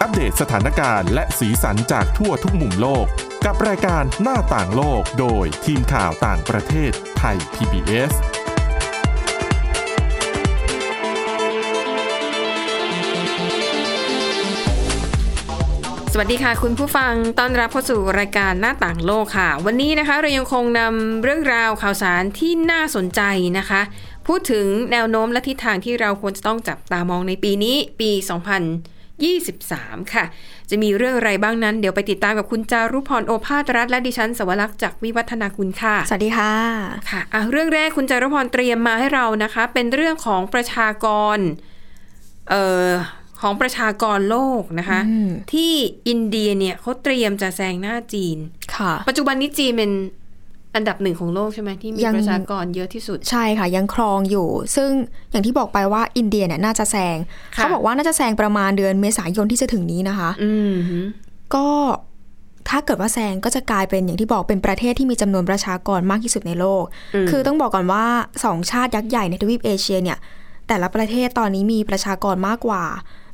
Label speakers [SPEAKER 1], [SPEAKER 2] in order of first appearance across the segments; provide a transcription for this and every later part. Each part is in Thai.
[SPEAKER 1] อัปเดตสถานการณ์และสีสันจากทั่วทุกมุมโลก กับรายการหน้าต่างโลกโดยทีมข่าวต่างประเทศไทย PBS
[SPEAKER 2] สวัสดีค่ะคุณผู้ฟังต้อนรับเข้าสู่รายการหน้าต่างโลกค่ะ วันนี้นะคะเรายังคงนำเรื่องราวข่าวสารที่น่าสนใจนะคะ พูดถึงแนวโน้มและทิศทางที่เราควรจะต้องจับตามองในปีนี้ปี 2023 ค่ะ จะมีเรื่องอะไรบ้างนั้น เดี๋ยวไปติดตามกับคุณจารุพรโอภาสรัฐและดิฉันสวรักษ์จากวิวัฒนาคุณค่ะ
[SPEAKER 3] สวัสดีค่ะ
[SPEAKER 2] ค่ะอ่ะ เรื่องแรกคุณจารุพรเตรียมมาให้เรานะคะ เป็นเรื่องของประชากร เอ่อ ของประชากรโลกนะคะ
[SPEAKER 3] อืม
[SPEAKER 2] ที่อินเดียเนี่ยเขาเตรียมจะแซงหน้าจีน
[SPEAKER 3] ค่ะ
[SPEAKER 2] ปัจจุบันนี้จีนเป็นอันดับหนึ่งของโลกใช่ไหมที่มี
[SPEAKER 3] ยัง
[SPEAKER 2] ประชากรเยอะที่สุด
[SPEAKER 3] ใช่ค่ะยังครองอยู่ ซึ่งอย่างที่บอกไปว่าอินเดียเนี่ยน่าจะแซง
[SPEAKER 2] ค่ะ
[SPEAKER 3] เขาบอกว่าน่าจะแซงประมาณเดือนเมษายนที่จะถึงนี้นะคะ
[SPEAKER 2] อืมฮึ
[SPEAKER 3] ก็ถ้าเกิดว่าแซงก็จะกลายเป็นอย่างที่บอกเป็นประเทศที่มีจำนวนประชากรมากที่สุดในโลก คือต้องบอกก่อนว่าสองชาติยักษ์ใหญ่ในทวีปเอเชียเนี่ยแต่ละประเทศตอนนี้มีประชากรมากกว่า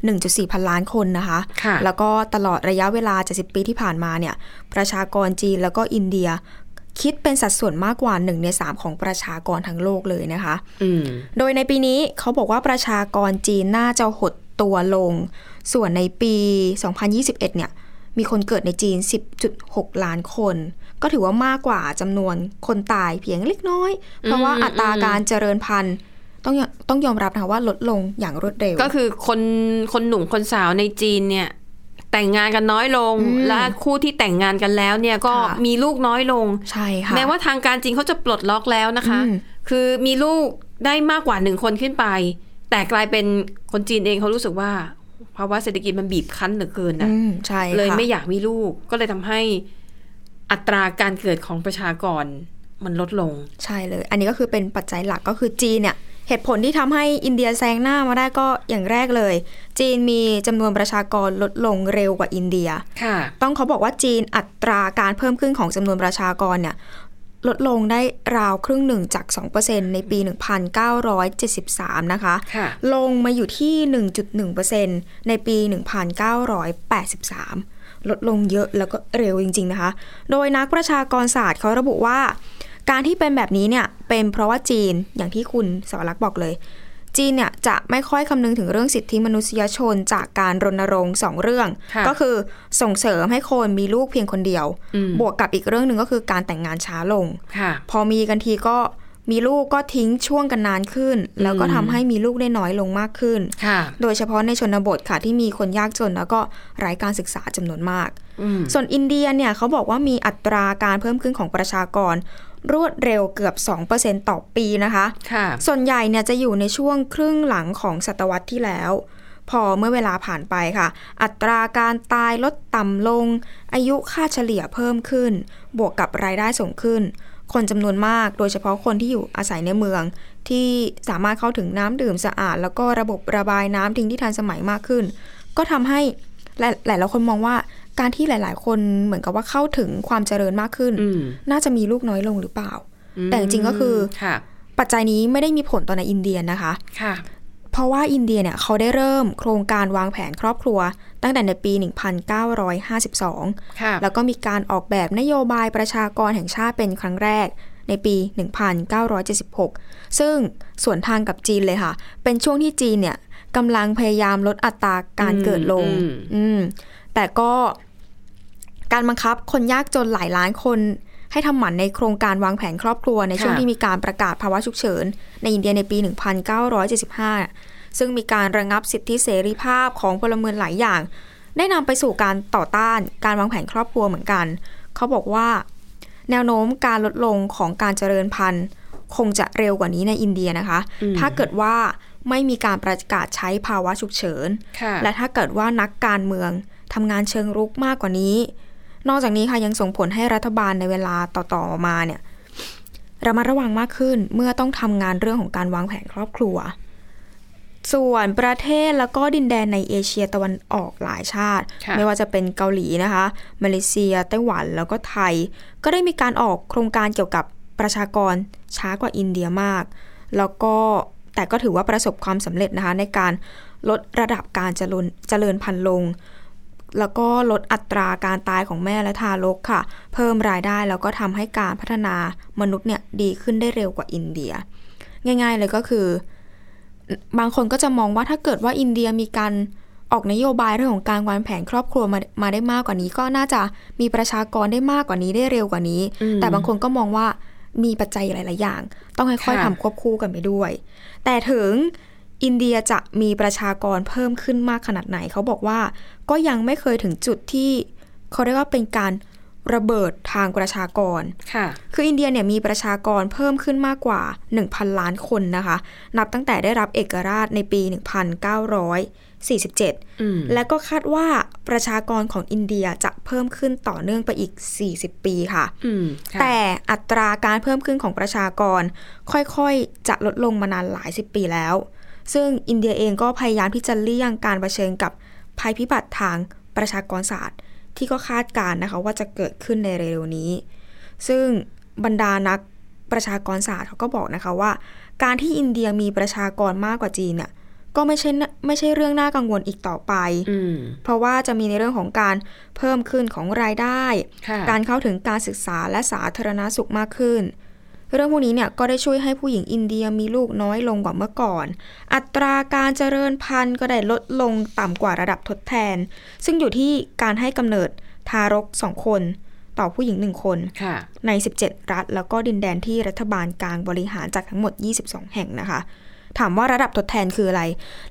[SPEAKER 3] 1.4 พันล้านคนนะคะ
[SPEAKER 2] ค่ะ
[SPEAKER 3] แล้วก็ตลอดระยะเวลา 70 ปีที่ผ่านมาเนี่ย ประชากรจีนแล้วก็อินเดีย คิดเป็นสัดส่วนมากกว่า 1 ใน 3 ของประชากรทั้งโลกเลยนะคะ
[SPEAKER 2] อืม
[SPEAKER 3] โดยในปีนี้เขาบอกว่าประชากรจีนน่าจะหดตัวลง ส่วนในปี 2021 เนี่ย มีคนเกิดในจีน 10.6 ล้านคน ก็ถือว่ามากกว่าจำนวนคนตายเพียงเล็กน้อย เพราะว่า
[SPEAKER 2] อืม
[SPEAKER 3] อัตราการเจริญพันธุ์ต้องยอมต้องยอมรับนะคะว่าลดลงอย่างรวดเร็ว
[SPEAKER 2] ก็คือคนคนหนุ่มคนสาวในจีนเนี่ย แต่งงานกันน้อยลง
[SPEAKER 3] อืม
[SPEAKER 2] และคู่ที่แต่งงานกันแล้วเนี่ยก็
[SPEAKER 3] ค่ะ
[SPEAKER 2] มีลูกน้อยลง
[SPEAKER 3] ใช่ค่ะ
[SPEAKER 2] แม้ว่าทางการจริงเขาจะปลดล็อกแล้วนะคะ
[SPEAKER 3] อืม
[SPEAKER 2] คือมีลูกได้มากกว่าหนึ่งคนขึ้นไป แต่กลายเป็นคนจีนเองเขารู้สึกว่าภาวะเศรษฐกิจมันบีบคั้นเหลือเกินนะ
[SPEAKER 3] อืมใช่ค่ะ
[SPEAKER 2] เลยไม่อยากมีลูก ก็เลยทำให้อัตราการเกิดของประชากรมันลดลง
[SPEAKER 3] ใช่เลย อันนี้ก็คือเป็นปัจจัยหลักก็คือจีนเนี่ย เหตุผลที่ทำให้อินเดียแซงหน้ามาได้ก็อย่างแรกเลย จีนมีจำนวนประชากรลดลงเร็วกว่าอินเดีย
[SPEAKER 2] ค่ะ
[SPEAKER 3] ต้องเขาบอกว่าจีนอัตราการเพิ่มขึ้นของจำนวนประชากรเนี่ย ลดลงได้ราวครึ่งหนึ่งจาก 2%ในปี 1973 นะคะ
[SPEAKER 2] ค่ะ
[SPEAKER 3] ลงมาอยู่ที่ 1.1%ในปี 1983 ลดลงเยอะแล้วก็เร็วจริง ๆ นะคะ โดยนักประชากรศาสตร์เขาระบุว่า การที่เป็นแบบนี้เนี่ย เป็นเพราะว่าจีนอย่างที่คุณสวรักษ์บอกเลย จีนเนี่ยจะไม่ค่อยคำนึงถึงเรื่องสิทธิมนุษยชนจากการรณรงค์สองเรื่อง
[SPEAKER 2] ค่ะ
[SPEAKER 3] ก็คือส่งเสริมให้คนมีลูกเพียงคนเดียว
[SPEAKER 2] อืม
[SPEAKER 3] บวกกับอีกเรื่องหนึ่งก็คือการแต่งงานช้าลง
[SPEAKER 2] ค่ะ
[SPEAKER 3] พอมีกันทีก็มีลูกก็ทิ้งช่วงกันนานขึ้น แล้วก็ทำให้มีลูกได้น้อยลงมากขึ้น
[SPEAKER 2] ค่ะ
[SPEAKER 3] โดยเฉพาะในชนบทค่ะที่มีคนยากจนแล้วก็ไร้การศึกษาจำนวนมาก
[SPEAKER 2] อืม
[SPEAKER 3] ส่วนอินเดียเนี่ยเขาบอกว่ามีอัตราการเพิ่มขึ้นของประชากร รวดเร็วเกือบ 2%ต่อปีนะคะ
[SPEAKER 2] ค่ะ
[SPEAKER 3] ส่วนใหญ่เนี่ยจะอยู่ในช่วงครึ่งหลังของศตวรรษที่แล้ว พอเมื่อเวลาผ่านไปค่ะ อัตราการตายลดต่ำลง อายุค่าเฉลี่ยเพิ่มขึ้น บวกกับรายได้สูงขึ้น คนจำนวนมากโดยเฉพาะคนที่อยู่อาศัยในเมือง ที่สามารถเข้าถึงน้ำดื่มสะอาด แล้วก็ระบบระบายน้ำทิ้งที่ทันสมัยมากขึ้น ก็ทำให้หลายหลายๆคนมองว่าการที่หลาย ๆ คนเหมือนกับว่าเข้าถึงความเจริญมากขึ้น
[SPEAKER 2] อืม
[SPEAKER 3] น่าจะมีลูกน้อยลงหรือเปล่า แต่จริงๆก็คือ
[SPEAKER 2] ค่ะ
[SPEAKER 3] ปัจจัยนี้ไม่ได้มีผลต่อในอินเดียนะคะ
[SPEAKER 2] ค่ะ
[SPEAKER 3] เพราะว่าอินเดียเนี่ยเขาได้เริ่มโครงการวางแผนครอบครัว ตั้งแต่ในปี 1952
[SPEAKER 2] ค่ะ
[SPEAKER 3] แล้วก็มีการออกแบบนโยบายประชากรแห่งชาติเป็นครั้งแรกในปี 1976 ซึ่งสวนทางกับจีนเลยค่ะ เป็นช่วงที่จีนเนี่ยกำลังพยายามลดอัตราการ
[SPEAKER 2] อืม
[SPEAKER 3] เกิดลง
[SPEAKER 2] อืม
[SPEAKER 3] อืม แต่ก็การบังคับคนยากจนหลายล้านคน ให้ทำหมันในโครงการวางแผนครอบครัวในช่วง
[SPEAKER 2] ค่ะ
[SPEAKER 3] ที่มีการประกาศภาวะฉุกเฉิน ในอินเดียในปี 1975 ซึ่งมีการระงับสิทธิเสรีภาพของพลเมืองหลายอย่าง ได้นำไปสู่การต่อต้านการวางแผนครอบครัวเหมือนกัน เขาบอกว่า แนวโน้มการลดลงของการเจริญพันธุ์ คงจะเร็วกว่านี้ในอินเดียนะคะ ถ้าเกิดว่าไม่มีการประกาศใช้ภาวะฉุกเฉิน
[SPEAKER 2] ค่ะ
[SPEAKER 3] และถ้าเกิดว่านักการเมืองทำงานเชิงรุกมากกว่านี้ นอกจากนี้ค่ะยังส่งผลให้รัฐบาลในเวลาต่อๆมาเนี่ยระมัดระวังมากขึ้นเมื่อต้องทำงานเรื่องของการวางแผนครอบครัว ส่วนประเทศแล้วก็ดินแดนในเอเชียตะวันออกหลายชาติ
[SPEAKER 2] ค่ะ
[SPEAKER 3] ไม่ว่าจะเป็นเกาหลีนะคะ มาเลเซีย ไต้หวันแล้วก็ไทย ก็ได้มีการออกโครงการเกี่ยวกับประชากรช้ากว่าอินเดียมาก แล้วก็แต่ก็ถือว่าประสบความสำเร็จนะคะในการลดระดับการเจริญเจริญพันธุ์ลง แล้วก็ลดอัตราการตายของแม่และทารกค่ะ เพิ่มรายได้แล้วก็ทำให้การพัฒนามนุษย์เนี่ยดีขึ้นได้เร็วกว่าอินเดีย ง่าย ๆ เลยก็คือ บางคนก็จะมองว่าถ้าเกิดว่าอินเดียมีการออกนโยบายเรื่องของการวางแผนครอบครัวมามาได้มากกว่านี้ ก็น่าจะมีประชากรได้มากกว่านี้ได้เร็วกว่านี้
[SPEAKER 2] อืม
[SPEAKER 3] แต่บางคนก็มองว่ามีปัจจัยหลาย ๆ อย่าง ต้องค่อยๆ
[SPEAKER 2] ค่ะ
[SPEAKER 3] ทำควบคู่กันไปด้วย แต่ถึงอินเดียจะมีประชากรเพิ่มขึ้นมากขนาดไหน เขาบอกว่าก็ยังไม่เคยถึงจุดที่เขาเรียกว่าเป็นการระเบิดทางประชากร
[SPEAKER 2] ค่ะ
[SPEAKER 3] คืออินเดียเนี่ยมีประชากรเพิ่มขึ้นมากกว่า 1,000 ล้านคนนะคะ นับตั้งแต่ได้รับเอกราชในปี 1947
[SPEAKER 2] อืม
[SPEAKER 3] และก็คาดว่าประชากรของอินเดียจะเพิ่มขึ้นต่อเนื่องไปอีก 40 ปีค่ะ
[SPEAKER 2] อืมค่ะ
[SPEAKER 3] แต่อัตราการเพิ่มขึ้นของประชากร ค่อยๆ จะลดลงมานานหลายสิบปีแล้ว ซึ่งอินเดียเองก็พยายามที่จะเลี่ยงการเผชิญกับภัยพิบัติทางประชากรศาสตร์ ที่ก็คาดการณ์นะคะว่าจะเกิดขึ้นในเร็วๆนี้ ซึ่งบรรดานักประชากรศาสตร์เขาก็บอกนะคะว่า การที่อินเดียมีประชากรมากกว่าจีนเนี่ยก็ไม่ใช่น่าไม่ใช่เรื่องน่ากังวลอีกต่อไป
[SPEAKER 2] อืม
[SPEAKER 3] เพราะว่าจะมีในเรื่องของการเพิ่มขึ้นของรายได้
[SPEAKER 2] ค่ะ
[SPEAKER 3] การเข้าถึงการศึกษาและสาธารณสุขมากขึ้น เรื่องพวกนี้เนี่ยก็ได้ช่วยให้ผู้หญิงอินเดียมีลูกน้อยลงกว่าเมื่อก่อน อัตราการเจริญพันธุ์ก็ได้ลดลงต่ำกว่าระดับทดแทน ซึ่งอยู่ที่การให้กำเนิดทารก 2 คน ต่อผู้หญิง 1 คน
[SPEAKER 2] ค่ะ
[SPEAKER 3] ใน 17 รัฐ แล้วก็ดินแดนที่รัฐบาลกลางบริหารจากทั้งหมด 22 แห่งนะคะ ถามว่าระดับทดแทนคืออะไร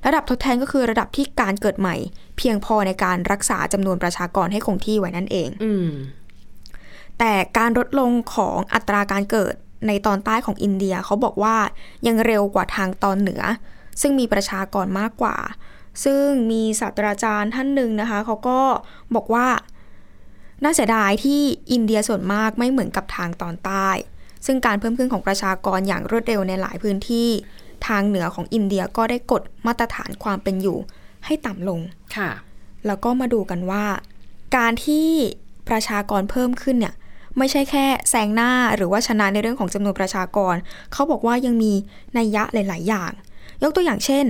[SPEAKER 3] ระดับทดแทนก็คือระดับที่การเกิดใหม่ เพียงพอในการรักษาจำนวนประชากรให้คงที่ไว้นั่นเอง
[SPEAKER 2] อืม
[SPEAKER 3] แต่การลดลงของอัตราการเกิดในตอนใต้ของอินเดียเขาบอกว่ายังเร็วกว่าทางตอนเหนือ ซึ่งมีประชากรมากกว่า ซึ่งมีศาสตราจารย์ท่านหนึ่งนะคะเขาก็บอกว่าน่าเสียดายที่อินเดียส่วนมากไม่เหมือนกับทางตอนใต้ ซึ่งการเพิ่มขึ้นของประชากรอย่างรวดเร็วในหลายพื้นที่ ทางเหนือของอินเดียก็ได้กดมาตรฐานความเป็นอยู่ให้ต่ำลง
[SPEAKER 2] ค่ะ
[SPEAKER 3] แล้วก็มาดูกันว่า การที่ประชากรเพิ่มขึ้นเนี่ยไม่ใช่แค่แซงหน้าหรือว่าชนะในเรื่องของจำนวนประชากร เขาบอกว่ายังมีนัยยะหลาย ๆ อย่าง ยกตัวอย่างเช่น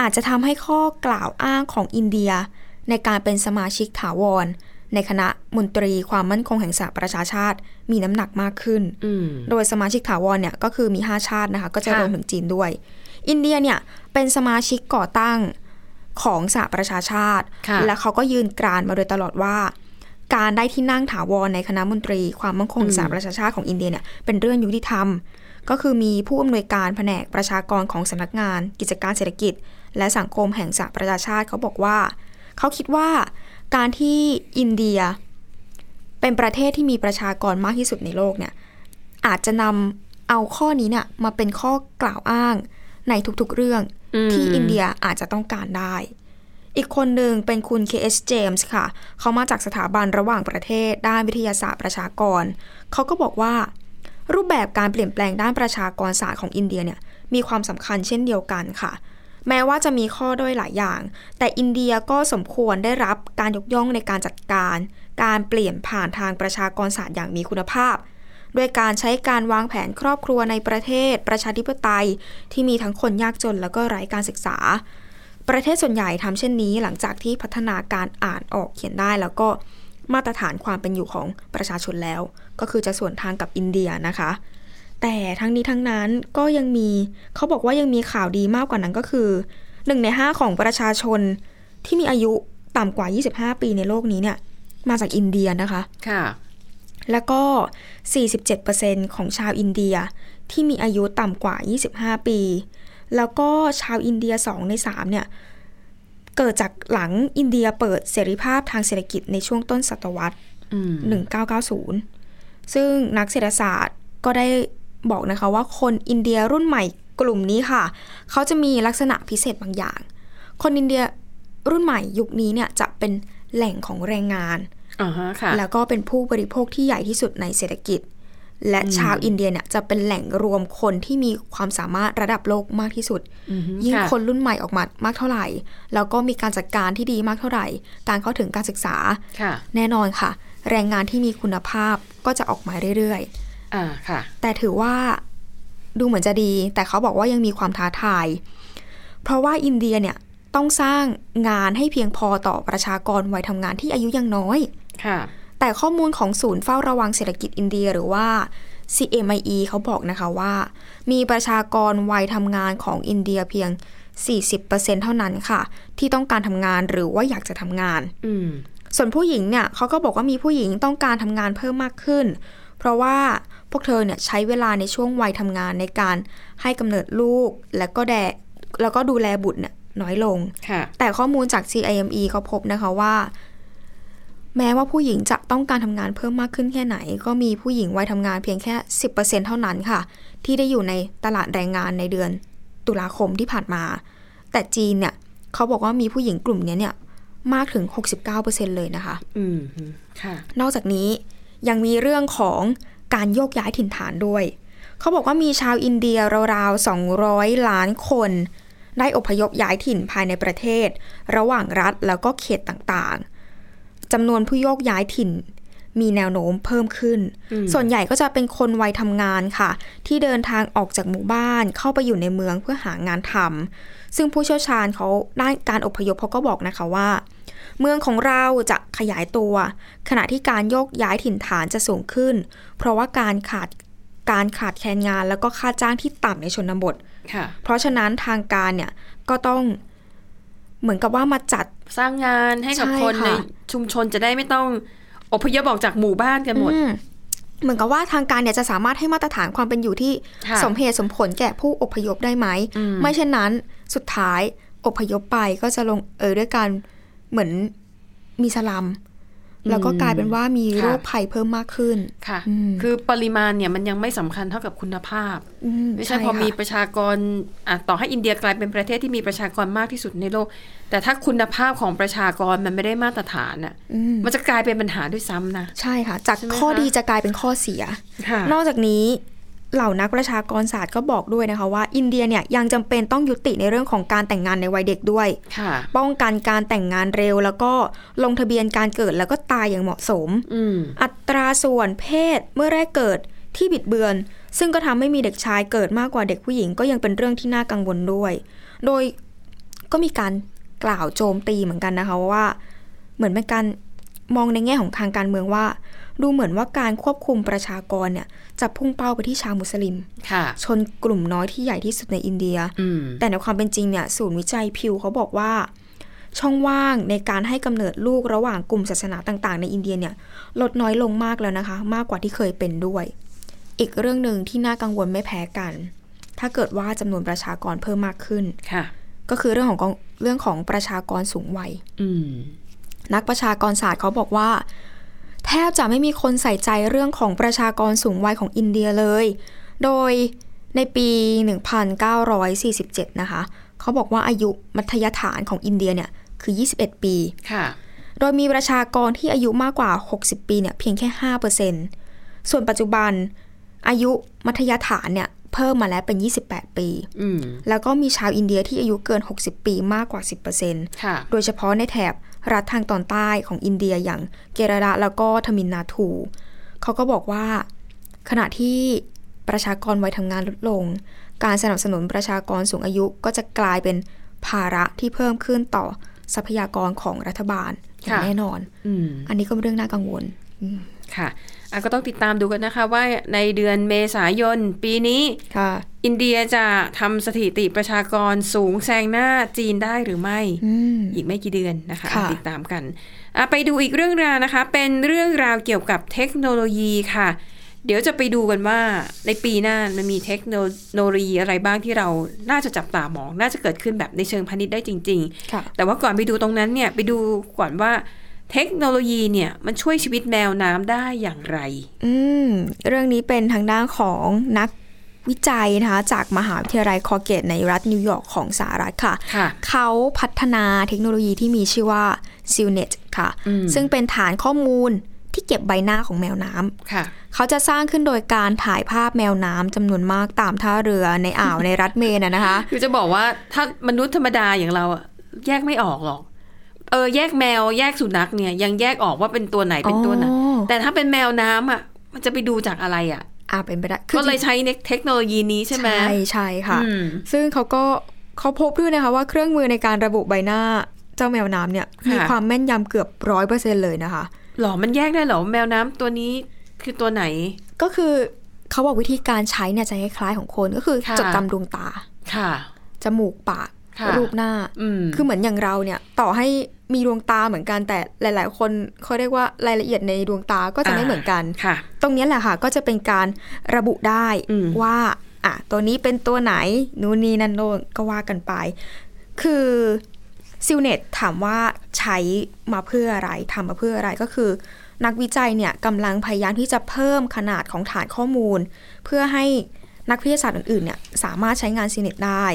[SPEAKER 3] อาจจะทำให้ข้อกล่าวอ้างของอินเดีย ในการเป็นสมาชิกถาวร ในคณะมนตรีความมั่นคงแห่งสหประชาชาติมีน้ำหนักมากขึ้น
[SPEAKER 2] อืม
[SPEAKER 3] โดยสมาชิกถาวรเนี่ยก็คือมี 5 ชาตินะคะ ก็จะ
[SPEAKER 2] ค่ะ
[SPEAKER 3] รวมถึงจีนด้วย อินเดียเนี่ยเป็นสมาชิกก่อตั้งของสหประชาชาติ
[SPEAKER 2] ค่ะ
[SPEAKER 3] และเขาก็ยืนกรานมาโดยตลอดว่า การได้ที่นั่งถาวรในคณะมนตรีความมั่นคง
[SPEAKER 2] อืม
[SPEAKER 3] สหประชาชาติของอินเดียเนี่ยเป็นเรื่องยุติธรรม ก็คือมีผู้อำนวยการแผนกประชากรของสำนักงาน กิจการเศรษฐกิจ และสังคมแห่งสหประชาชาติเขาบอกว่า เขาคิดว่าการที่อินเดีย เป็นประเทศที่มีประชากรมากที่สุดในโลกเนี่ยอาจจะนำเอาข้อนี้เนี่ยมาเป็นข้อกล่าวอ้างในทุกๆเรื่อง
[SPEAKER 2] ม
[SPEAKER 3] ที่อินเดียอาจจะต้องการได้ อีกคนหนึ่งเป็นคุณ K.H. James ค่ะ เขามาจากสถาบันระหว่างประเทศ ด้านวิทยาศาสตร์ประชากร เขาก็บอกว่า รูปแบบการเปลี่ยนแปลงด้านประชากรศาสตร์ของอินเดียเนี่ยมีความสำคัญเช่นเดียวกันค่ะ แม้ว่าจะมีข้อด้อยหลายอย่าง แต่อินเดียก็สมควรได้รับการยกย่องในการจัดการ การเปลี่ยนผ่านทางประชากรศาสตร์อย่างมีคุณภาพ ด้วยการใช้การวางแผนครอบครัวในประเทศ ประชาธิปไตย ที่มีทั้งคนยากจนแล้วก็ไร้การศึกษา ประเทศส่วนใหญ่ทำเช่นนี้หลังจากที่พัฒนาการอ่านออกเขียนได้ แล้วก็มาตรฐานความเป็นอยู่ของประชาชนแล้ว ก็คือจะส่วนทางกับอินเดียนะคะ แต่ทั้งนี้ทั้งนั้นก็ยังมีเขาบอกว่ายังมีข่าวดีมากกว่านั้นก็คือหนึ่งในห้าของประชาชนที่มีอายุต่ำกว่า 25 ปีในโลกนี้เนี่ยมาจากอินเดียนะคะ
[SPEAKER 2] ค่ะ
[SPEAKER 3] แล้วก็ 47%ของชาวอินเดียที่มีอายุต่ำกว่า 25 ปี แล้วก็ชาวอินเดีย 2 ใน 3 เนี่ย เกิดจากหลังอินเดียเปิดเสรีภาพทางเศรษฐกิจในช่วงต้นศตวรรษ
[SPEAKER 2] อืม
[SPEAKER 3] 1990 ซึ่งนักเศรษฐศาสตร์ก็ได้บอกนะคะว่าคนอินเดียรุ่นใหม่กลุ่มนี้ค่ะ เขาจะมีลักษณะพิเศษบางอย่าง คนอินเดียรุ่นใหม่ยุคนี้เนี่ยจะเป็นแหล่งของแรงงาน
[SPEAKER 2] อ่าฮะค่ะ
[SPEAKER 3] แล้วก็เป็นผู้บริโภคที่ใหญ่ที่สุดในเศรษฐกิจ และ
[SPEAKER 2] อืม
[SPEAKER 3] ชาวอินเดียเนี่ยจะเป็นแหล่งรวมคนที่มีความสามารถระดับโลกมากที่สุด
[SPEAKER 2] อือฮึ
[SPEAKER 3] ยิ่ง
[SPEAKER 2] ะ
[SPEAKER 3] คนรุ่นใหม่ออกมามากเท่าไหร่ แล้วก็มีการจัดการที่ดีมากเท่าไหร่ การเข้าถึงการศึกษา
[SPEAKER 2] ค่ะ
[SPEAKER 3] แน่นอนค่ะ แรงงานที่มีคุณภาพก็จะออกมาเรื่อย
[SPEAKER 2] อ่าค่ะ
[SPEAKER 3] ๆ แต่ถือว่าดูเหมือนจะดี แต่เขาบอกว่ายังมีความท้าทาย เพราะว่าอินเดียเนี่ย ต้องสร้างงานให้เพียงพอต่อประชากรวัยทำงานที่อายุยังน้อย
[SPEAKER 2] ค่ะ
[SPEAKER 3] แต่ข้อมูลของศูนย์เฝ้าระวังเศรษฐกิจอินเดียหรือว่า CMIE เขาบอกนะคะว่า มีประชากรวัยทำงานของอินเดียเพียง 40%เท่านั้นค่ะ ที่ต้องการทำงานหรือว่าอยากจะทำงาน
[SPEAKER 2] อืม
[SPEAKER 3] ส่วนผู้หญิงเนี่ยเขาก็บอกว่ามีผู้หญิงต้องการทำงานเพิ่มมากขึ้น เพราะว่าพวกเธอเนี่ยใช้เวลาในช่วงวัยทำงานในการให้กำเนิดลูกและก็แดแล้วก็ดูแลบุตรเนี่ยน้อยลง
[SPEAKER 2] ค่ะ
[SPEAKER 3] แต่ข้อมูลจาก CIME เขาพบนะคะว่า แม้ว่าผู้หญิงจะต้องการทำงานเพิ่มมากขึ้นแค่ไหน ก็มีผู้หญิงวัยทำงานเพียงแค่ 10%เท่านั้นค่ะ ที่ได้อยู่ในตลาดแรงงานในเดือนตุลาคมที่ผ่านมา แต่จีนเนี่ยเขาบอกว่ามีผู้หญิงกลุ่มเนี้ยเนี่ยมากถึง 69%เลยนะคะ
[SPEAKER 2] อืม ค่ะ
[SPEAKER 3] นอกจากนี้ยังมีเรื่องของการโยกย้ายถิ่นฐานด้วย เขาบอกว่ามีชาวอินเดียราวๆ 200 ล้านคน ได้อพยพย้ายถิ่นภายในประเทศ ระหว่างรัฐแล้วก็เขตต่างๆ จำนวนผู้โยกย้ายถิ่น มีแนวโน้มเพิ่มขึ้น
[SPEAKER 2] อืม
[SPEAKER 3] ส่วนใหญ่ก็จะเป็นคนวัยทำงานค่ะ ที่เดินทางออกจากหมู่บ้านเข้าไปอยู่ในเมืองเพื่อหางานทำซึ่งผู้เชี่ยวชาญเขาด้านการอพยพเขาก็บอกนะคะว่า เมืองของเราจะขยายตัว ขณะที่การโยกย้ายถิ่นฐานจะสูงขึ้น เพราะว่าการขาดการขาดแคลนงานแล้วก็ค่าจ้างที่ต่ำในชนบท
[SPEAKER 2] ค่ะ
[SPEAKER 3] เพราะฉะนั้นทางการเนี่ยก็ต้องเหมือนกับว่ามาจัด
[SPEAKER 2] สร้างงานให้กับ
[SPEAKER 3] ใช่
[SPEAKER 2] คนใน
[SPEAKER 3] ค่ะ
[SPEAKER 2] ชุมชนจะได้ไม่ต้องอพยพออกจากหมู่บ้านกันหมด
[SPEAKER 3] อืมเหมือนกับว่าทางการเนี่ยจะสามารถให้มาตรฐานความเป็นอยู่ที่
[SPEAKER 2] ค่ะ
[SPEAKER 3] สมเหตุสมผลแก่ผู้อพยพได้ไหม ไม่เช่นนั้นสุดท้ายอพยพไปก็จะลงเอยด้วยการเหมือนมีสลัม แล้วก็กลายเป็นว่ามีโรคภัยเพิ่มมากขึ้น
[SPEAKER 2] ค่ะ
[SPEAKER 3] อืม
[SPEAKER 2] คือปริมาณเนี่ยมันยังไม่สำคัญเท่ากับคุณภาพ
[SPEAKER 3] อื
[SPEAKER 2] ไม่ใช่
[SPEAKER 3] ค่ะ
[SPEAKER 2] พอมีประชากรอ่ะต่อให้อินเดียกลายเป็นประเทศที่มีประชากรมากที่สุดในโลก แต่ถ้าคุณภาพของประชากรมันไม่ได้มาตรฐานน่ะ
[SPEAKER 3] อืม
[SPEAKER 2] มันจะกลายเป็นปัญหาด้วยซ้ำนะ
[SPEAKER 3] ใช่ค่ะ จาก
[SPEAKER 2] ใช่ไหม
[SPEAKER 3] ข้อ
[SPEAKER 2] คะ
[SPEAKER 3] ดีจะกลายเป็นข้อเสีย
[SPEAKER 2] ค่ะ
[SPEAKER 3] นอกจากนี้เหล่านักประชากรศาสตร์ก็บอกด้วยนะคะว่า อินเดียเนี่ยยังจำเป็นต้องยุติในเรื่องของการแต่งงานในวัยเด็กด้วย
[SPEAKER 2] ค่ะ
[SPEAKER 3] ป้องกันการแต่งงานเร็ว แล้วก็ลงทะเบียนการเกิดแล้วก็ตายอย่างเหมาะสม
[SPEAKER 2] อืม
[SPEAKER 3] อัตราส่วนเพศเมื่อแรกเกิดที่บิดเบือน ซึ่งก็ทำให้มีเด็กชายเกิดมากกว่าเด็กผู้หญิงก็ยังเป็นเรื่องที่น่ากังวลด้วย โดยก็มีการกล่าวโจมตีเหมือนกันนะคะว่า เหมือนเป็นการมองในแง่ของทางการเมืองว่า ดูเหมือนว่าการควบคุมประชากรเนี่ยจะพุ่งเป้าไปที่ชาวมุสลิม
[SPEAKER 2] ค่ะ
[SPEAKER 3] ชนกลุ่มน้อยที่ใหญ่ที่สุดในอินเดีย
[SPEAKER 2] อืม
[SPEAKER 3] แต่ในความเป็นจริงเนี่ยศูนย์วิจัยพิวเขาบอกว่า ช่องว่างในการให้กำเนิดลูกระหว่างกลุ่มศาสนาต่างๆ ในอินเดียเนี่ยลดน้อยลงมากแล้วนะคะ มากกว่าที่เคยเป็นด้วย อีกเรื่องหนึ่งที่น่ากังวลไม่แพ้กัน ถ้าเกิดว่าจำนวนประชากรเพิ่มมากขึ้น
[SPEAKER 2] ค่ะ
[SPEAKER 3] ก็คือเรื่องของกองเรื่องของประชากรสูงวัย
[SPEAKER 2] อืม
[SPEAKER 3] นักประชากรศาสตร์เขาบอกว่า แทบจะไม่มีคนใส่ใจเรื่องของประชากรสูงวัยของอินเดียเลย โดยในปี 1947 นะคะ เขาบอกว่าอายุมัธยฐานของอินเดียเนี่ยคือ 21 ปี
[SPEAKER 2] ค่ะ
[SPEAKER 3] โดยมีประชากรที่อายุมากกว่า 60 ปีเนี่ยเพียงแค่ 5%ส่วนปัจจุบันอายุมัธยฐานเนี่ยเพิ่มมาแล้วเป็น 28 ปี
[SPEAKER 2] อืม
[SPEAKER 3] แล้วก็มีชาวอินเดียที่อายุเกิน 60 ปีมากกว่า 10%
[SPEAKER 2] ค่ะ
[SPEAKER 3] โดยเฉพาะในแถบรัฐทางตอนใต้ของอินเดียอย่างเกเรระแล้วก็ทมินนาทู เขาก็บอกว่า ขณะที่ประชากรวัยทำงานลดลง การสนับสนุนประชากรสูงอายุก็จะกลายเป็นภาระที่เพิ่มขึ้นต่อทรัพยากรของรัฐบาลอย่าง
[SPEAKER 2] ค่ะ
[SPEAKER 3] แน่นอน
[SPEAKER 2] อืม
[SPEAKER 3] อันนี้ก็เป็นเรื่องน่ากังวล
[SPEAKER 2] ค่ะอ่ะก็ต้องติดตามดูกันนะคะว่าในเดือนเมษายนปีนี้
[SPEAKER 3] ค่ะ
[SPEAKER 2] อินเดียจะทำสถิติประชากรสูงแซงหน้าจีนได้หรือไม่
[SPEAKER 3] อืม
[SPEAKER 2] อีกไม่กี่เดือนนะคะ
[SPEAKER 3] ค่ะ
[SPEAKER 2] ติดตามกันอ่ะไปดูอีกเรื่องราวนะคะ เป็นเรื่องราวเกี่ยวกับเทคโนโลยีค่ะ เดี๋ยวจะไปดูกันว่าในปีหน้ามันมีเทคโนโลยีอะไรบ้างที่เราน่าจะจับตามอง น่าจะเกิดขึ้นแบบในเชิงพาณิชย์ได้จริง
[SPEAKER 3] ค่ะ
[SPEAKER 2] ๆ แต่ว่าก่อนไปดูตรงนั้นเนี่ยไปดูก่อนว่าเทคโนโลยีเนี่ยมันช่วยชีวิตแมวน้ำได้อย่างไร
[SPEAKER 3] อืม เรื่องนี้เป็นทางด้านของนักวิจัยนะคะ จากมหาวิทยาลัยคอร์เกตในรัฐนิวยอร์กของสหรัฐค่ะ
[SPEAKER 2] ค่ะ
[SPEAKER 3] เขาพัฒนาเทคโนโลยีที่มีชื่อว่า s i l n e t ค่ะ
[SPEAKER 2] อืม
[SPEAKER 3] ซึ่งเป็นฐานข้อมูลที่เก็บใบหน้าของแมวน้ำ
[SPEAKER 2] ค่ะ
[SPEAKER 3] เขาจะสร้างขึ้นโดยการถ่ายภาพแมวน้ำจำนวนมากตามท่าเรือในอ่าว ในรัฐเมนนะนะคะ
[SPEAKER 2] คือจะบอกว่าถ้ามนุษย์ธรรมดาอย่างเราอะแยกไม่ออกหรอก เออ แยกแมวแยกสุนัขเนี่ย ยังแยกออกว่าเป็นตัวไหนเป็นตัวไหน
[SPEAKER 3] อ๋อ
[SPEAKER 2] แต่ถ้าเป็นแมวน้ำอ่ะ มันจะไปดูจากอะไรอ่ะ
[SPEAKER 3] อ่าเป็นไปได้
[SPEAKER 2] ก็เลยใช้เทคโนโลยีนี้ใช่ไหม
[SPEAKER 3] ใช่ใช่ค่ะ
[SPEAKER 2] อืม
[SPEAKER 3] ซึ่งเขาก็ เขาพบด้วยนะคะว่าเครื่องมือในการระบุใบหน้าเจ้าแมวน้ำเนี่ยมี
[SPEAKER 2] ค่ะ
[SPEAKER 3] ความแม่นยำเกือบร้อยเปอร์เซ็นเลยนะคะ
[SPEAKER 2] หรอมันแยกได้เหรอแมวน้ำตัวนี้คือตัวไหน
[SPEAKER 3] ก็คือเขาบอกวิธีการใช้เนี่ยจะคล้ายๆของคนก็คือ
[SPEAKER 2] ค่ะ
[SPEAKER 3] จดจำดวงตา
[SPEAKER 2] ค่ะ
[SPEAKER 3] จมูกปาก
[SPEAKER 2] ค่ะ
[SPEAKER 3] รูปหน้า
[SPEAKER 2] อืม
[SPEAKER 3] คือเหมือนอย่างเราเนี่ยต่อให้มีดวงตาเหมือนกันแต่หลาย ๆ คนเขาเรียกว่ารายละเอียดในดวงตาก็จะไม่เหมือนกัน
[SPEAKER 2] ค่ะ
[SPEAKER 3] ตรงเนี้ยแหละค่ะก็จะเป็นการระบุได้
[SPEAKER 2] อืม
[SPEAKER 3] ว่าอ่ะตัวนี้เป็นตัวไหนนู่นนี่นั่นโน่นก็ว่ากันไป คือซิลเนตถามว่าใช้มาเพื่ออะไรทำมาเพื่ออะไรก็คือ นักวิจัยเนี่ยกำลังพยายามที่จะเพิ่มขนาดของฐานข้อมูล เพื่อให้นักวิทยาศาสตร์อื่นๆเนี่ยสามารถใช้งานซิลเนตได้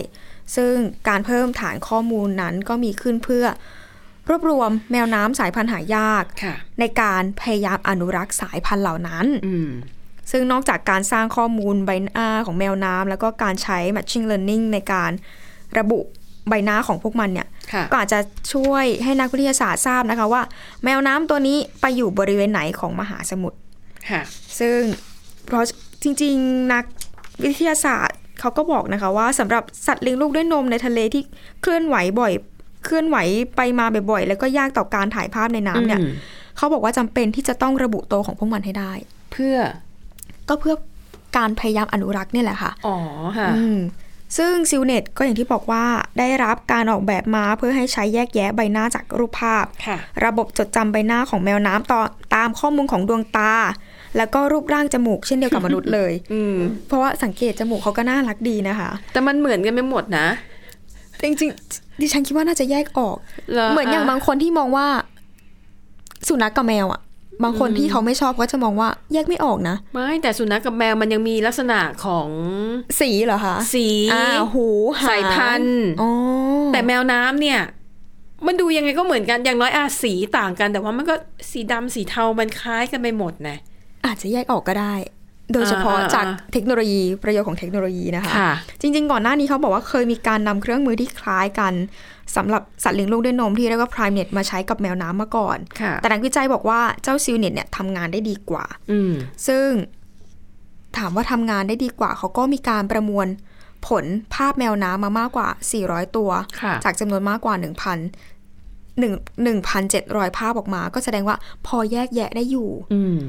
[SPEAKER 3] ซึ่งการเพิ่มฐานข้อมูลนั้นก็มีขึ้นเพื่อ รวบรวมแมวน้ำสายพันธุ์หายาก
[SPEAKER 2] ค่ะ
[SPEAKER 3] ในการพยายามอนุรักษ์สายพันธุ์เหล่านั้น
[SPEAKER 2] อืม
[SPEAKER 3] ซึ่งนอกจากการสร้างข้อมูลใบหน้าของแมวน้ำแล้วก็การใช้ matching learning ในการระบุใบหน้าของพวกมันเนี่ย
[SPEAKER 2] ค่ะ
[SPEAKER 3] ก็อาจจะช่วยให้นักวิทยาศาสตร์ทราบนะคะว่า แมวน้ำตัวนี้ไปอยู่บริเวณไหนของมหาสมุทร
[SPEAKER 2] ค่ะ
[SPEAKER 3] ซึ่งเพราะจริงๆ นักวิทยาศาสตร์เขาก็บอกนะคะว่าสำหรับสัตว์เลี้ยงลูกด้วยนมในทะเลที่เคลื่อนไหวบ่อย เคลื่อนไหวไปมาบ่อยๆ แล้วก็ยากต่อการถ่ายภาพในน้ำเนี่ย
[SPEAKER 2] อืม
[SPEAKER 3] เขาบอกว่าจำเป็นที่จะต้องระบุตัวของพวกมันให้ได้
[SPEAKER 2] เพื่อ
[SPEAKER 3] ก็เพื่อการพยายามอนุรักษ์เนี่ยแหละค่ะ
[SPEAKER 2] อ๋อค่ะ
[SPEAKER 3] อืมซึ่งซิลเนตก็อย่างที่บอกว่าได้รับการออกแบบมาเพื่อให้ใช้แยกแยะใบหน้าจากรูปภาพ
[SPEAKER 2] ค่ะ
[SPEAKER 3] ระบบจดจำใบหน้าของแมวน้ำต่อตามข้อมูลของดวงตา แล้วก็รูปร่างจมูกเช่นเดียวกับมนุษย์เลย
[SPEAKER 2] อืม
[SPEAKER 3] เพราะว่าสังเกตจมูกเขาก็น่ารักดีนะคะ
[SPEAKER 2] แต่มันเหมือนกันไม่หมดนะ
[SPEAKER 3] จริงๆดิฉันคิดว่าน่าจะแยกออก เหมือนอย่างบางคนที่มองว่า สุนัขกับแมวอะบางคนที่เขาไม่ชอบก็จะมองว่าแยกไม่ออกนะ
[SPEAKER 2] ไม่แต่สุนัขกับแมวมันยังมีลักษณะของ
[SPEAKER 3] สีเหรอคะ
[SPEAKER 2] สี
[SPEAKER 3] อ่าหูหง
[SPEAKER 2] สายพันธุ์
[SPEAKER 3] อ๋อ
[SPEAKER 2] แต่แมวน้ำเนี่ย มันดูยังไงก็เหมือนกัน อย่างน้อยอาสีต่างกัน แต่ว่ามันก็สีดำสีเทา มันคล้ายกันไปหมดนะ
[SPEAKER 3] อาจจะแยกออกก็ได้ โดยเฉพาะ
[SPEAKER 2] อ่าอ่า
[SPEAKER 3] จากเทคโนโลยีประโยชน์ของเทคโนโลยีนะคะ
[SPEAKER 2] ค่ะ
[SPEAKER 3] จริงๆ ก่อนหน้านี้เขาบอกว่าเคยมีการนำเครื่องมือที่คล้ายกันสำหรับสัตว์เลี้ยงลูกด้วยนมที่เรียกว่า primate มาใช้กับแมวน้ำมาก่อน
[SPEAKER 2] ค่ะ
[SPEAKER 3] แต่นักวิจัยบอกว่าเจ้าซิลเน็ตเนี่ยทำงานได้ดีกว่า
[SPEAKER 2] อืม
[SPEAKER 3] ซึ่งถามว่าทำงานได้ดีกว่า เขาก็มีการประมวลผลภาพแมวน้ำมามากกว่า 400 ตัว
[SPEAKER 2] ค่ะ
[SPEAKER 3] จากจำนวนมากกว่า 1,000 1 1,700 ภาพออกมา ก็แสดงว่าพอแยกแยะได้อยู่
[SPEAKER 2] อืม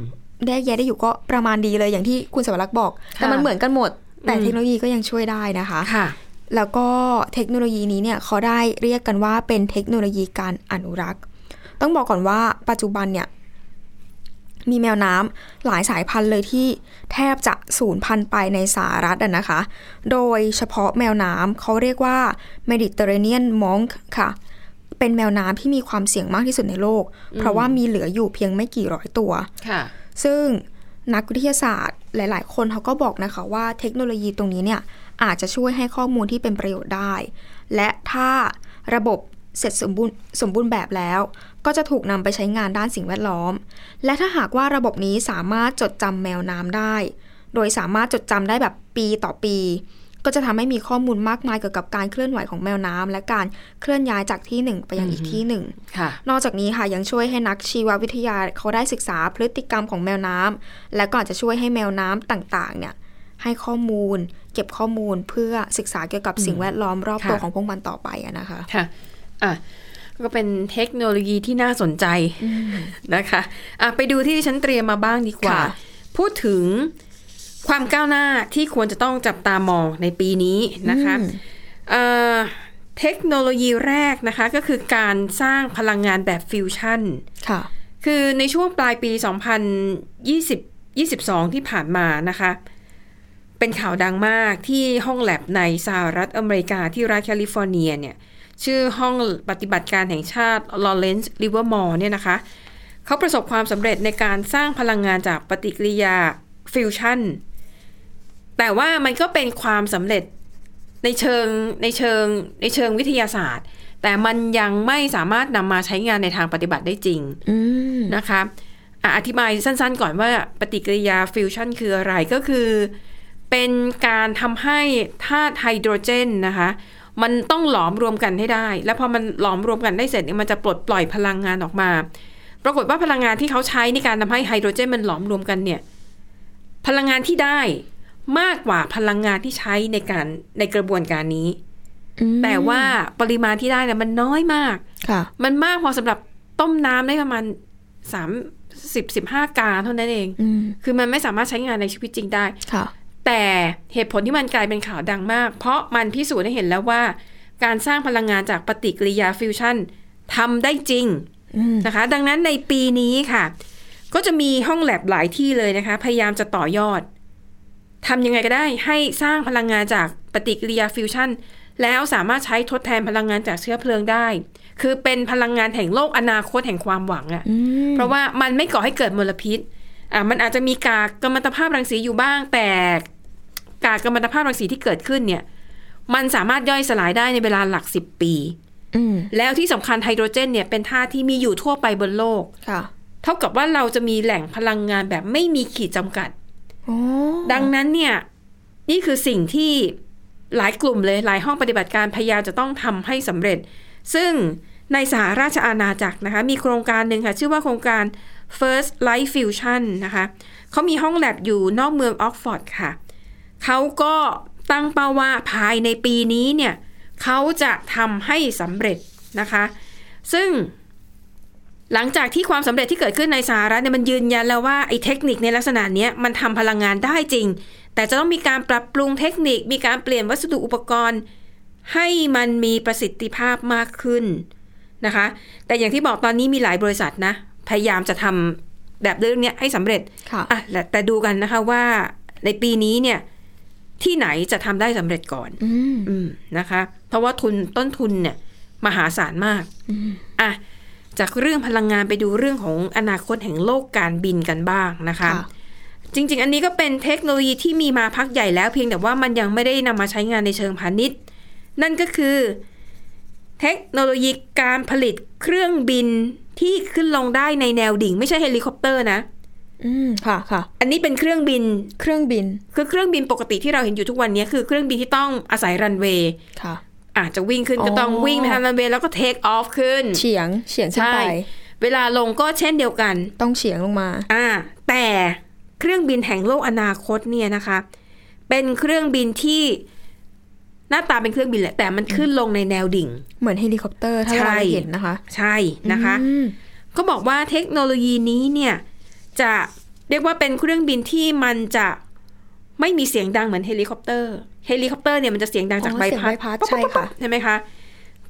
[SPEAKER 3] แยกแยะได้อยู่ก็ประมาณดีเลยอย่างที่คุณสวรักษ์บอก แต่มันเหมือนกันหมด แต่
[SPEAKER 2] อืม
[SPEAKER 3] เทคโนโลยีก็ยังช่วยได้นะคะ
[SPEAKER 2] ค่ะ
[SPEAKER 3] แล้วก็เทคโนโลยีนี้เนี่ยเขาได้เรียกกันว่าเป็นเทคโนโลยีการอนุรักษ์ ต้องบอกก่อนว่าปัจจุบันเนี่ยมีแมวน้ำหลายสายพันธุ์เลยที่แทบจะสูญพันธุ์ไปในสหรัฐอะนะคะ โดยเฉพาะแมวน้ำเขาเรียกว่า Mediterranean Monk ค่ะ เป็นแมวน้ำที่มีความเสี่ยงมากที่สุดในโลก เพราะว่ามีเหลืออยู่เพียงไม่กี่ร้อยตัว
[SPEAKER 2] ค่ะ
[SPEAKER 3] ซึ่งนักวิทยาศาสตร์หลาย ๆ คนเขาก็บอกนะคะว่าเทคโนโลยีตรงนี้เนี่ยอาจจะช่วยให้ข้อมูลที่เป็นประโยชน์ได้ และถ้าระบบเสร็จสมบูรณ์สมบูรณ์แบบแล้ว ก็จะถูกนำไปใช้งานด้านสิ่งแวดล้อม และถ้าหากว่าระบบนี้สามารถจดจำแมวน้ำได้ โดยสามารถจดจำได้แบบปีต่อปี ก็จะทำให้มีข้อมูลมากมายเกี่ยวกับการเคลื่อนไหวของแมวน้ำและการเคลื่อนย้ายจากที่หนึ่งไปยังอีกที่หนึ่ง
[SPEAKER 2] ค่ะ
[SPEAKER 3] นอกจากนี้ค่ะยังช่วยให้นักชีววิทยาเขาได้ศึกษาพฤติกรรมของแมวน้ำและก็อาจจะช่วยให้แมวน้ำต่างๆเนี่ยให้ข้อมูล เก็บข้อมูลเพื่อศึกษาเกี่ยวกับสิ่งแวดล้อมรอบตัว
[SPEAKER 2] ค่ะ
[SPEAKER 3] ของพวกมันต่อไปอะนะคะ
[SPEAKER 2] ค่ะ อ่ะ ก็เป็นเทคโนโลยีที่น่าสนใจนะคะ อ่ะ ไปดูที่ที่ฉันเตรียมมาบ้างดีกว่า
[SPEAKER 3] ค่ะ
[SPEAKER 2] พูดถึงความก้าวหน้าที่ควรจะต้องจับตามองในปีนี้นะคะ เอ่อเทคโนโลยีแรกนะคะก็คือการสร้างพลังงานแบบฟิวชั่น
[SPEAKER 3] ค่ะ
[SPEAKER 2] คือในช่วงปลายปี 2020 22 ที่ผ่านมานะคะ เป็นข่าวดังมากที่ห้องแลบในสหรัฐอเมริกาที่รัฐแคลิฟอร์เนียเนี่ย ชื่อห้องปฏิบัติการแห่งชาติลอเรนซ์ริเวอร์มอร์เนี่ยนะคะ เขาประสบความสำเร็จในการสร้างพลังงานจากปฏิกิริยาฟิวชั่น แต่ว่ามันก็เป็นความสำเร็จในเชิงในเชิงในเชิงวิทยาศาสตร์ แต่มันยังไม่สามารถนำมาใช้งานในทางปฏิบัติได้จริง
[SPEAKER 3] อืม
[SPEAKER 2] นะคะอ่ะอธิบายสั้นๆก่อนว่าปฏิกิริยาฟิวชันคืออะไรก็คือ เป็นการทำให้ธาตุไฮโดรเจนนะคะ มันต้องหลอมรวมกันให้ได้ แล้วพอมันหลอมรวมกันได้เสร็จเนี่ยมันจะปลดปล่อยพลังงานออกมา ปรากฏว่าพลังงานที่เขาใช้ในการทำให้ไฮโดรเจนมันหลอมรวมกันเนี่ย พลังงานที่ได้มากกว่าพลังงานที่ใช้ในการในกระบวนการนี้
[SPEAKER 3] อืม
[SPEAKER 2] แต่ว่าปริมาณที่ได้เนี่ยมันน้อยมาก
[SPEAKER 3] ค่ะ
[SPEAKER 2] มันมากพอสำหรับต้มน้ำได้ประมาณสามสิบสิบห้ากาเท่านั้นเอง
[SPEAKER 3] อืม
[SPEAKER 2] คือมันไม่สามารถใช้งานในชีวิตจริงได้
[SPEAKER 3] ค่ะ
[SPEAKER 2] แต่เหตุผลที่มันกลายเป็นข่าวดังมาก เพราะมันพิสูจน์ให้เห็นแล้วว่า การสร้างพลังงานจากปฏิกิริยาฟิวชั่นทำได้จริง
[SPEAKER 3] อืม
[SPEAKER 2] นะคะดังนั้นในปีนี้ค่ะ ก็จะมีห้องแลบหลายที่เลยนะคะ พยายามจะต่อยอดทำยังไงก็ได้ให้สร้างพลังงานจากปฏิกิริยาฟิวชั่น แล้วสามารถใช้ทดแทนพลังงานจากเชื้อเพลิงได้ คือเป็นพลังงานแห่งโลกอนาคตแห่งความหวังอะ
[SPEAKER 3] อืม
[SPEAKER 2] เพราะว่ามันไม่ก่อให้เกิดมลพิษอ่ะมันอาจจะมีกากกัมมันตภาพรังสีอยู่บ้าง แต่กากกัมมันตภาพรังสีที่เกิดขึ้นเนี่ย มันสามารถย่อยสลายได้ในเวลาหลักสิบปี
[SPEAKER 3] อืม
[SPEAKER 2] แล้วที่สำคัญไฮโดรเจนเนี่ยเป็นธาตุที่มีอยู่ทั่วไปบนโลก
[SPEAKER 3] ค่ะ
[SPEAKER 2] เท่ากับว่าเราจะมีแหล่งพลังงานแบบไม่มีขีดจำกัด
[SPEAKER 3] โอ้
[SPEAKER 2] ดังนั้นเนี่ยนี่คือสิ่งที่หลายกลุ่มเลย หลายห้องปฏิบัติการพยายามจะต้องทำให้สำเร็จ ซึ่งในสหราชอาณาจักรนะคะ มีโครงการหนึ่งค่ะ ชื่อว่าโครงการ First Light Fusion นะคะเขามีห้องแลบอยู่นอกเมืองออกฟอร์ดค่ะ เขาก็ตั้งเป้าว่าภายในปีนี้เนี่ยเขาจะทำให้สำเร็จนะคะ ซึ่ง หลังจากที่ความสำเร็จที่เกิดขึ้นในสหรัฐเนี่ยมันยืนยันแล้วว่าไอ้เทคนิคในลักษณะเนี้ยมันทำพลังงานได้จริง แต่จะต้องมีการปรับปรุงเทคนิค มีการเปลี่ยนวัสดุอุปกรณ์ ให้มันมีประสิทธิภาพมากขึ้นนะคะ แต่อย่างที่บอกตอนนี้มีหลายบริษัทนะ พยายามจะทำแบบเรื่องเนี้ยให้สำเร็จ
[SPEAKER 3] ค่ะ
[SPEAKER 2] อ่ะแต่แต่ดูกันนะคะว่าในปีนี้เนี่ยที่ไหนจะทำได้สำเร็จก่อน
[SPEAKER 3] อืม
[SPEAKER 2] อืมนะคะ เพราะว่าทุนต้นทุนเนี่ยมหาศาลมาก
[SPEAKER 3] อืม
[SPEAKER 2] อ่ะจากเรื่องพลังงานไปดูเรื่องของอนาคตแห่งโลกการบินกันบ้างนะคะ
[SPEAKER 3] ค่ะ
[SPEAKER 2] จริง ๆ อันนี้ก็เป็นเทคโนโลยีที่มีมาพักใหญ่แล้วเพียงแต่ว่ามันยังไม่ได้นำมาใช้งานในเชิงพาณิชย์ นั่นก็คือ เทคโนโลยีการผลิตเครื่องบินที่ขึ้นลงได้ในแนวดิ่ง ไม่ใช่เฮลิคอปเตอร์นะ
[SPEAKER 3] อืมค่ะค่ะ
[SPEAKER 2] อันนี้เป็นเครื่องบิน
[SPEAKER 3] เครื่องบิน
[SPEAKER 2] คือเครื่องบินปกติที่เราเห็นอยู่ทุกวันนี้คือเครื่องบินที่ต้องอาศัยรันเวย์
[SPEAKER 3] ค่ะ
[SPEAKER 2] อาจจะวิ่งขึ้นก็ต้อง
[SPEAKER 3] อ๋อ
[SPEAKER 2] วิ่งไปทางรันเวย์แล้วก็เทคออฟขึ้น
[SPEAKER 3] เฉียงเฉียงขึ้นไป
[SPEAKER 2] ใช่ เวลาลงก็เช่นเดียวกัน
[SPEAKER 3] ต้องเฉียงลงมา
[SPEAKER 2] อ่าแต่เครื่องบินแห่งโลกอนาคตเนี่ยนะคะ เป็นเครื่องบินที่หน้าตาเป็นเครื่องบินแหละ แต่มันขึ้นลงในแนวดิ่ง
[SPEAKER 3] เหมือนเฮลิคอปเตอร์ถ้า
[SPEAKER 2] ใช่
[SPEAKER 3] เราเห็นนะคะ
[SPEAKER 2] ใช่นะคะ
[SPEAKER 3] อืม
[SPEAKER 2] ก็บอกว่าเทคโนโลยีนี้เนี่ยจะเรียกว่าเป็นเครื่องบินที่มันจะไม่มีเสียงดังเหมือนเฮลิคอปเตอร์ เฮลิคอปเตอร์เนี่ยมันจะเสียงดังจาก
[SPEAKER 3] อ๋อ
[SPEAKER 2] ใบ
[SPEAKER 3] เสียง
[SPEAKER 2] พัด
[SPEAKER 3] ดใช่ค่ะ
[SPEAKER 2] ใช่ไหมคะ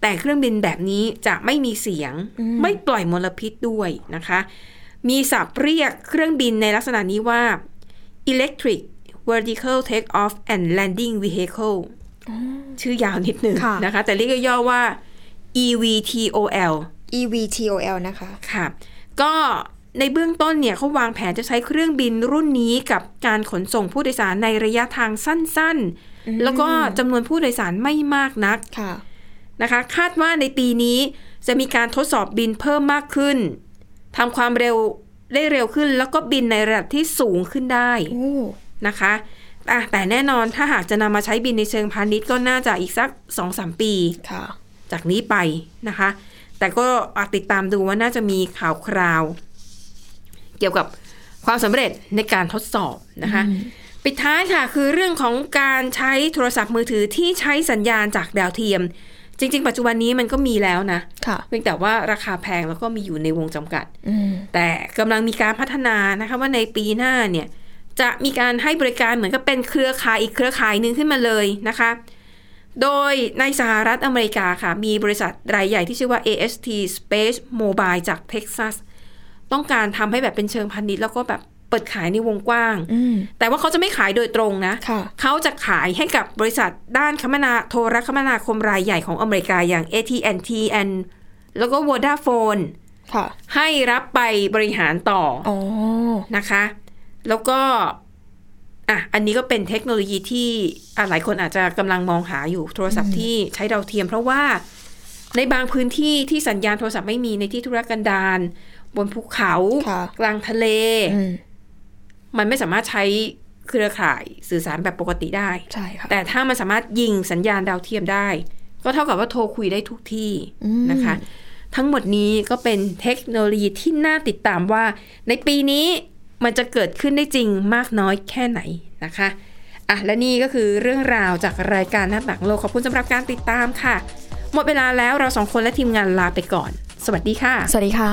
[SPEAKER 2] แต่เครื่องบินแบบนี้จะไม่มีเสียง
[SPEAKER 3] อืม
[SPEAKER 2] ไม่ปล่อยมลพิษด้วยนะคะ มีศัพท์เรียกเครื่องบินในลักษณะนี้ว่า electric vertical takeoff and landing vehicle ชื่อยาวนิดหนึ่ง
[SPEAKER 3] ค่ะ
[SPEAKER 2] นะคะ แต่เรียกย่อๆว่า EVTOL
[SPEAKER 3] EVTOL นะคะ
[SPEAKER 2] ค่ะ ก็ในเบื้องต้นเนี่ยเขาวางแผนจะใช้เครื่องบินรุ่นนี้กับการขนส่งผู้โดยสารในระยะทางสั้น
[SPEAKER 3] อืม
[SPEAKER 2] ๆ แล้วก็จำนวนผู้โดยสารไม่มากนัก
[SPEAKER 3] ค่ะ
[SPEAKER 2] นะคะคาดว่าในปีนี้จะมีการทดสอบบินเพิ่มมากขึ้นทำความเร็วได้เร็วขึ้น แล้วก็บินในระดับที่สูงขึ้นได้
[SPEAKER 3] โอ้
[SPEAKER 2] นะคะอ่ะแต่แน่นอนถ้าหากจะนำมาใช้บินในเชิงพาณิชย์ก็น่าจะอีกสัก 2-3 ปี
[SPEAKER 3] ค่ะ
[SPEAKER 2] จากนี้ไปนะคะ แต่ก็อ่ะติดตามดูว่าน่าจะมีข่าวคราว เกี่ยวกับความสำเร็จในการทดสอบนะคะ ปิดท้ายค่ะคือเรื่องของการใช้โทรศัพท์มือถือที่ใช้สัญญาณจากดาวเทียม จริง ๆ ปัจจุบันนี้มันก็มีแล้วนะ
[SPEAKER 3] ค่ะ
[SPEAKER 2] เพียงแต่ว่าราคาแพงแล้วก็มีอยู่ในวงจำกัด
[SPEAKER 3] อืม
[SPEAKER 2] แต่กำลังมีการพัฒนานะคะว่าในปีหน้าเนี่ยจะมีการให้บริการเหมือนกับเป็นเครือข่ายอีกเครือข่ายหนึ่งขึ้นมาเลยนะคะ โดยในสหรัฐอเมริกาค่ะมีบริษัทรายใหญ่ที่ชื่อว่า AST Space Mobile จากเท็กซัสต้องการทำให้แบบเป็นเชิงพาณิชย์แล้วก็แบบเปิดขายในวงกว้าง
[SPEAKER 3] อืม
[SPEAKER 2] แต่ว่าเขาจะไม่ขายโดยตรงนะ
[SPEAKER 3] ค่ะ
[SPEAKER 2] เขาจะขายให้กับบริษัทด้านคมนาโทรคมนาคมรายใหญ่ของอเมริกาอย่าง AT&T and แล้วก็ Vodafone
[SPEAKER 3] ค่ะ
[SPEAKER 2] ให้รับไปบริหารต่ออ
[SPEAKER 3] อ๋อ
[SPEAKER 2] นะคะ แล้วก็อ่ะอันนี้ก็เป็นเทคโนโลยีที่อ่ะหลายคนอาจจะกำลังมองหาอยู่โทรศัพท์ที่ใช้ดาวเทียม เพราะว่าในบางพื้นที่ที่สัญญาณโทรศัพท์ไม่มีในที่ธุรกันดารบนภูเขา
[SPEAKER 3] ค่ะ
[SPEAKER 2] กลางทะเล
[SPEAKER 3] อืม
[SPEAKER 2] มันไม่สามารถใช้เครือข่ายสื่อสารแบบปกติได้
[SPEAKER 3] ใช่ค่ะ
[SPEAKER 2] แต่ถ้ามันสามารถยิงสัญญาณดาวเทียมได้ ก็เท่ากับว่าโทรคุยได้ทุกที่
[SPEAKER 3] อืม
[SPEAKER 2] นะคะ ทั้งหมดนี้ก็เป็นเทคโนโลยีที่น่าติดตามว่า ในปีนี้มันจะเกิดขึ้นได้จริงมากน้อยแค่ไหนนะคะ อ่ะและนี่ก็คือเรื่องราวจากรายการหน้าต่างโลกขอบคุณสำหรับการติดตามค่ะ หมดเวลาแล้วเราสองคนและทีมงานลาไปก่อน สวัสดีค่ะ
[SPEAKER 3] สวัสดีค่ะ